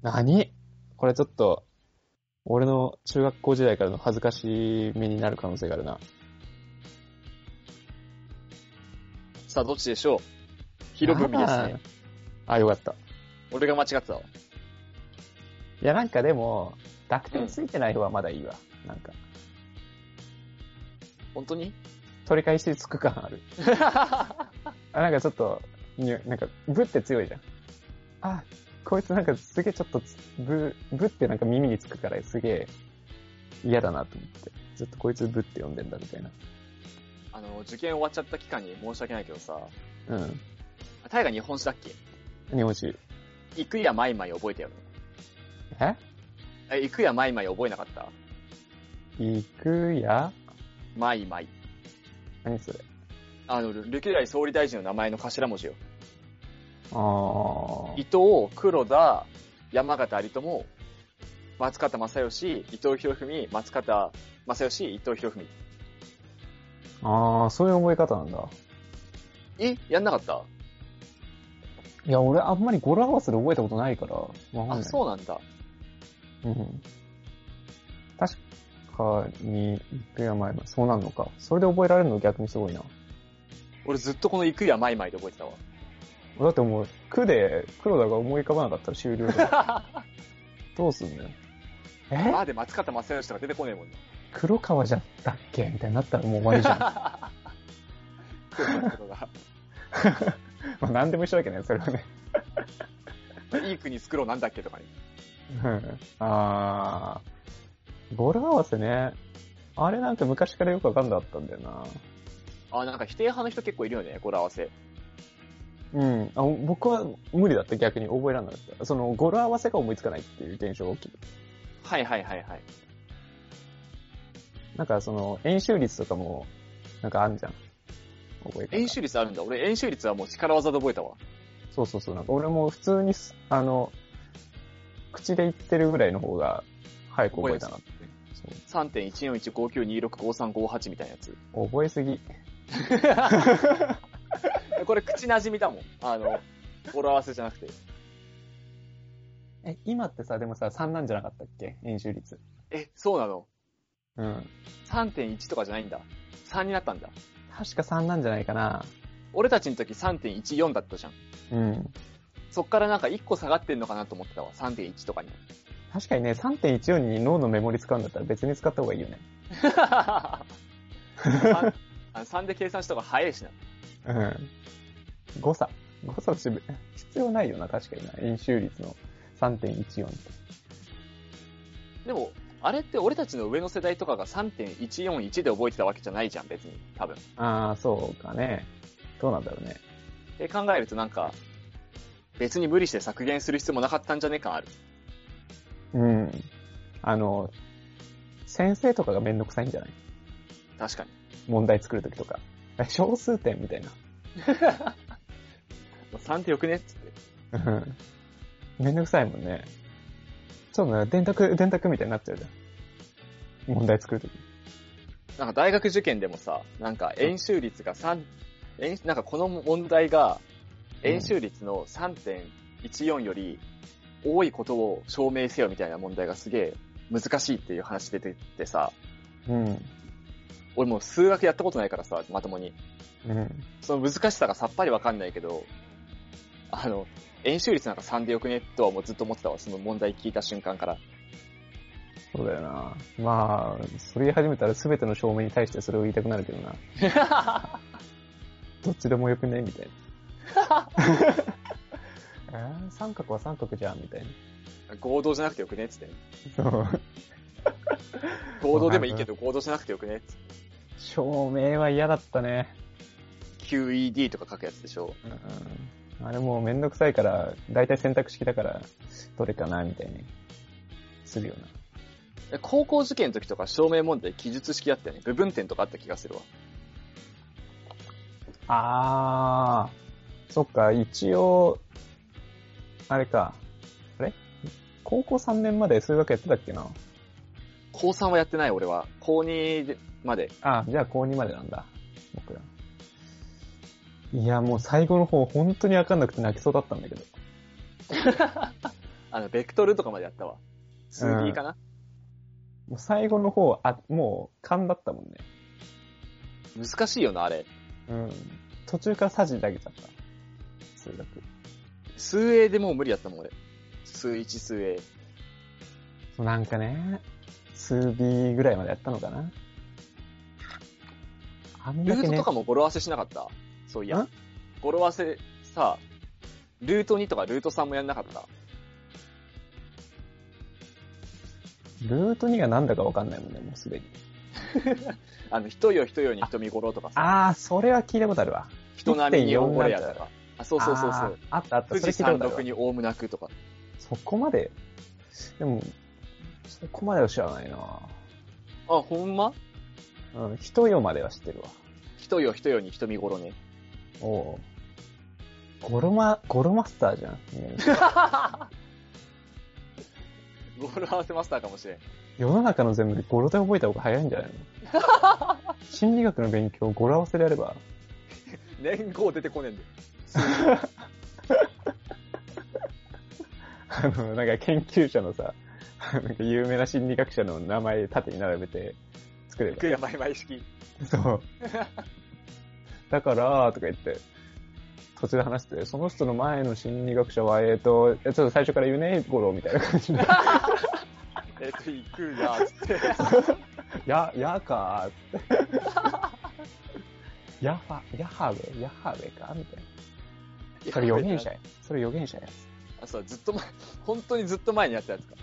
何これちょっと、俺の中学校時代からの恥ずかしめになる可能性があるな。
さあ、どっちでしょう博文ですね。
あー。あ、よかった。
俺が間違ってたわ。
いや、なんかでも、濁点ついてない方はまだいいわ。なんか、
本 当に
取り返しつく感ある。あ、なんかちょっと、にゅなんか、ブって強いじゃん。あ、こいつなんかすげえちょっとつ、ブ、ブってなんか耳につくからすげえ嫌だなと思って。ずっとこいつブって呼んでんだみたいな。
あの、受験終わっちゃった期間に申し訳ないけどさ、
うん。
タイが日本史だっけ
日本史。
行くやまいまい覚えたよね。
え
え、行くやまいまい覚えなかった
行くや
まいまい。
何それ
あの、歴代総理大臣の名前の頭文字よ。
ああ。
伊藤、黒田、山形有朋、松方正義、伊藤博文、松方正義、伊藤博文。
ああ、そういう覚え方なんだ。
えやんなかった
いや、俺あんまり語呂合わせで覚えたことないから、わかんない。
あ、そうなんだ。
うん。確かに、行くや前々、そうなんのか。それで覚えられるの逆にすごいな。
俺ずっとこの行くやまいまいで覚えてたわ。
だってもう、区で黒田が思い浮かばなかったら終了だよ。どうすんのよえ
まあで松方正義とか出てこねえもんね。
黒川じゃったっけみたいになったらもう終わりじゃん。
黒田と か
まあ何でも一緒だけどね、それはね。
がいい国作ろうなんだっけとかね。
うんあー。語呂合わせね。あれなんて昔からよくわかんなかったんだよな。
あ、なんか否定派の人結構いるよね、語呂合わせ。
うん。あ僕は無理だった、逆に覚えられなかった。その語呂合わせが思いつかないっていう現象が大きい。
はいはいはいはい。
なんかその、演習率とかも、なんかあんじゃん。覚え方
演習率あるんだ。俺演習率はもう力技で覚えたわ。
そうそうそう。なんか俺も普通にす、あの、口で言ってるぐらいの方が、早く覚えたなって。
3.14159265358みたいなやつ。
そう覚えすぎ。
これ口馴染みだもん。あの、語呂合わせじゃなくて。
え、今ってさ、でもさ、3なんじゃなかったっけ演習率。
え、そうなの
うん。
3.1とかじゃないんだ。3になったんだ。
確か3なんじゃないかな。
俺たちの時3.14だったじゃん。
うん。
そっからなんか1個下がってんのかなと思ってたわ。3.1とかに。
確かにね、3.14に脳のメモリ使うんだったら別に使った方がいいよね。
3, 3で計算した方が早いし
う
な。
ん。誤差。誤差しぶ、必要ないよな、確かにな。演習率の3.14って。
でも、あれって俺たちの上の世代とかが3.141で覚えてたわけじゃないじゃん、別に。多分。
あー、そうかね。どうなんだろうね。
で考えるとなんか、別に無理して削減する必要もなかったんじゃねえ感ある。
うん。あの、先生とかがめんどくさいんじゃない
確かに。
問題作るときとか。え小数点みたいな。
まあ3ってよくねっつって。
うんめんどくさいもんね。そうだね。電卓、電卓みたいになっちゃうじゃん。問題作るとき。
なんか大学受験でもさ、なんか演習率が3、演なんかこの問題が、
うん
演習率の3.14より多いことを証明せよみたいな問題がすげえ難しいっていう話出ててさ、
うん。
俺もう数学やったことないからさ、まともに。
うん。
その難しさがさっぱりわかんないけど、あの、演習率なんか3でよくねとはもうずっと思ってたわ、その問題聞いた瞬間から。
そうだよな。まあ、それ言い始めたら全ての証明に対してそれを言いたくなるけどな。どっちでもよくねみたいな。えー三角は三角じゃんみたい
合同じゃなくてよくねっつって。
な。そう。
合同でもいいけど合同じゃなくてよくねっつって
照明は嫌だったね。
QED とか書くやつでしょ。
うんあれもうめんどくさいから、だいたい選択式だから、どれかな、みたいに。するよな。
で高校受験の時とか証明問題記述式だったよね。部分点とかあった気がするわ。
あー、そっか、一応、あれか。あれ高校3年まで数学やってたっけな
高3はやってない俺は。高2でまで。
あ、じゃあ高2までなんだ。僕ら。いや、もう最後の方、本当にわかんなくて泣きそうだったんだけど。
あの、ベクトルとかまでやったわ。数 D かな、
もう最後の方、あ、もう勘だったもんね。
難しいよな、あれ。
うん。途中からサジ投げちゃった。数学。
数 A でもう無理やったもん俺。数1、数 A。
そうなんかね、数 B ぐらいまでやったのかな。あん
ル
だ
ー
け
ト
ね
とか、も語呂合わせしなかったそういや
ん。
語呂合わせさ、ルート2とかルート3もやんなかった。
ルート2がなんだかわかんないもんね、もうすでに。
あの、人よ人よに瞳語呂とかさ、
あー、それは聞いたことあるわ。
人並みに大声やと
1.4
か。あ、そうそうそうそう。
あーあったあった、
富
それ
士
聞いた
山
ことあるわ
麓にオウム泣くとか。
そこまで、でも、そこまでは知らないな
あ、ほんま
うん、人よまでは知ってるわ。
人よ人よに瞳語呂ね。
おおう。ゴロマ、ゴロマスターじゃん。
語呂合わせマスターかもしれん。
世の中の全部でゴロで覚えた方が早いんじ ゃないの心理学の勉強を語呂合わせでやれば、
年号出てこねえんだよ。
あの、なんか研究者のさ、なんか有名な心理学者の名前縦に並べて作れば。
福山毎式。
そう。だから、とか言って、途中で話して、その人の前の心理学者は、えっ、と、ちょっと最初から言うね、ゴロみたいな感じ で。
えっと、行くやーっつって。
や、やかーって。やは、やはべ、やはべかみたいな。それ予言者や。それ予言者や。
あ、そう、ずっと前、本当にずっと前にやったやつか。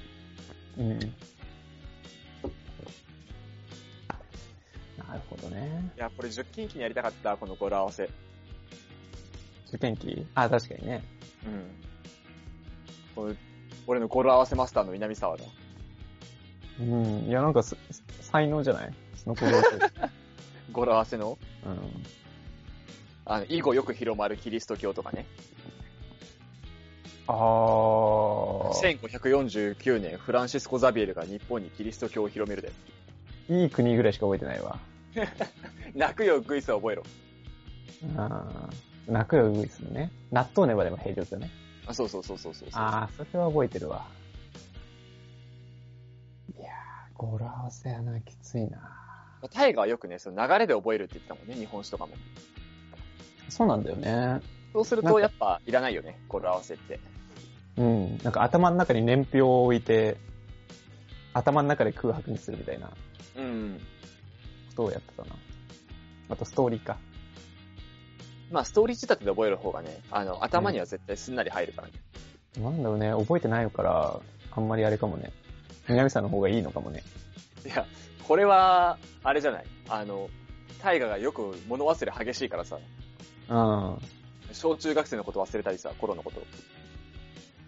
うん。なるほどね。
いや、これ10近畿にやりたかった、この語呂合わせ。
受験期あ、確かにね。
うん。この俺の語呂合わせマスターの南沢だ。
うん。いや、なんかす、す才能じゃないその子供たち
語呂合わせの、
うん。
あの、以後よく広まるキリスト教とかね。
あー。
1549年、フランシスコ・ザビエルが日本にキリスト教を広めるで。
いい国ぐらいしか覚えてないわ。
泣くよ、グイスは覚えろ。
あー。泣くよ、ウグイスのね。納豆ネバでも平常だね。
あ、そうそうそうそうそうそう。
ああ、それは覚えてるわ。いやー、語呂合わせやな、きついな。
タイガはよくね、その流れで覚えるって言ってたもんね、日本史とかも。
そうなんだよね。
そうする
なん
と、
か
やっぱ、いらないよね、語呂合わせって。
うん。なんか頭の中に年表を置いて、頭の中で空白にするみたいなこ
うん。
とをやってたな。あとストーリーか。
まあ、ストーリー仕立てで覚える方がね、あの、頭には絶対すんなり入るからね。
なんだろうね、覚えてないから、あんまりあれかもね。南さんの方がいいのかもね。
いや、これは、あれじゃない。あの、大河がよく物忘れ激しいからさ、
うん。
小中学生のこと忘れたりさ、頃のこと。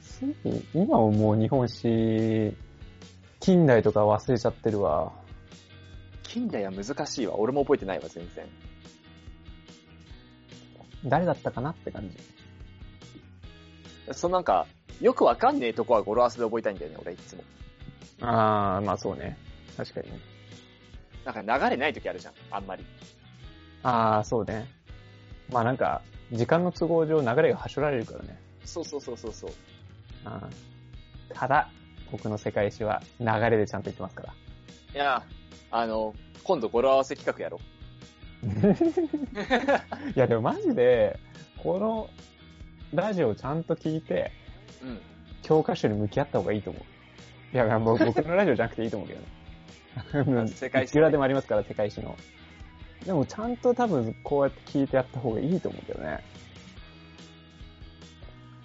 すぐ今はもう日本史、近代とか忘れちゃってるわ。
近代は難しいわ。俺も覚えてないわ、全然。
誰だったかなって感じ。
そのなんか、よくわかんねえとこは語呂合わせで覚えたいんだよね、俺いつも。
ああ、まあそうね。確かに。
なんか流れない時あるじゃん、あんまり。
ああ、そうね。まあなんか、時間の都合上流れが走られるからね。
そうそうそうそうそう。
あーただ、僕の世界史は流れでちゃんと言ってますから。
いや、あの、今度語呂合わせ企画やろう。
いやでもマジで、このラジオをちゃんと聞いて、
うん。
教科書に向き合った方がいいと思う。いや、まあ僕僕のラジオじゃなくていいと思うけ どね。
世界史
いくらでもありますから、世界史の。でもちゃんと多分こうやって聞いてやった方がいいと思うけどね。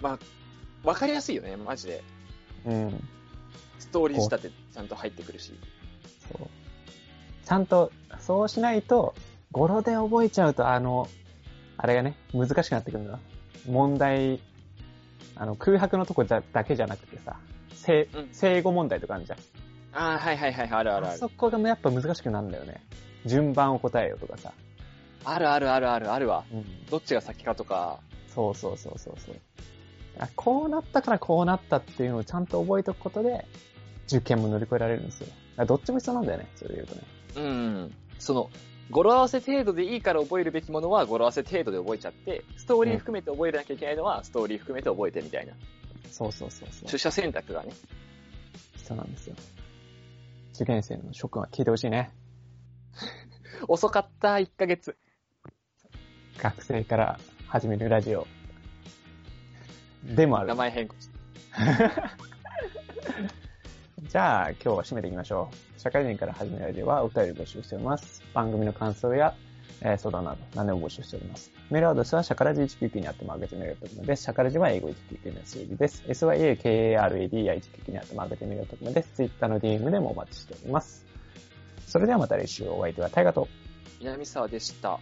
まあ、わかりやすいよね、マジで。
うん。
ストーリー仕立てちゃんと入ってくるし。
そう。ちゃんと、そうしないと、語呂で覚えちゃうと、あの、あれがね、難しくなってくるのは、問題、あの、空白のとこだだけじゃなくてさ、生
うん、
生後問題とかあるじゃん。
ああ、はいはいはいはい、あるある
あ
ある
そ。こがやっぱ難しくなるんだよね。順番を答えようとかさ。
あるあるあるあるあるわ。
うん。
どっちが先かとか。
そうそうそうそうそう。あこうなったからこうなったっていうのをちゃんと覚えておくことで、受験も乗り越えられるんですよ。だからどっちも必要なんだよね、それで言うとね。
うん。その、語呂合わせ程度でいいから覚えるべきものは語呂合わせ程度で覚えちゃって、ストーリー含めて覚えなきゃいけないのは、ストーリー含めて覚えてみたいな。
そうそうそうそう。
出社選択がね。
必要なんですよ。受験生の諸君は聞いてほしいね。
遅かった、1ヶ月。
学生から始めるラジオ。でもある
名。前変更し
じゃあ、今日は締めていきましょう。社会人から始めるラジオはお便り募集しております。番組の感想や、えー相談など何でも募集しております。メールアドレスは、シャカラジ199にあってマーケットメールドットコムです。シャカラジは英語199の数字です。syakaradi199 にあってマーケットメールドットコムです。Twitter の DM でもお待ちしております。それではまた来週お相手は大河と。
南沢でした。